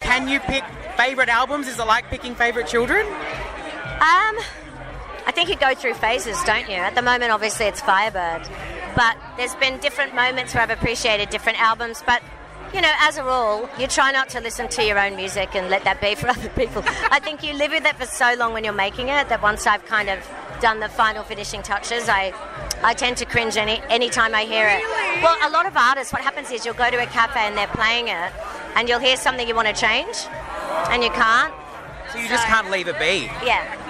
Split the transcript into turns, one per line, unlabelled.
Can you pick favorite albums? Is it like picking favorite children?
Um, I think you go through phases, don't you? At the moment, obviously, it's Firebird. But there's been different moments where I've appreciated different albums. But, you know, as a rule, you try not to listen to your own music and let that be for other people. I think you live with it for so long when you're making it that once I've kind of done the final finishing touches, I, I tend to cringe any any time I hear it. Well, a lot of artists, what happens is you'll go to a cafe and they're playing it, and you'll hear something you want to change, and you can't.
So you just
So-
can't leave it be.
Yeah.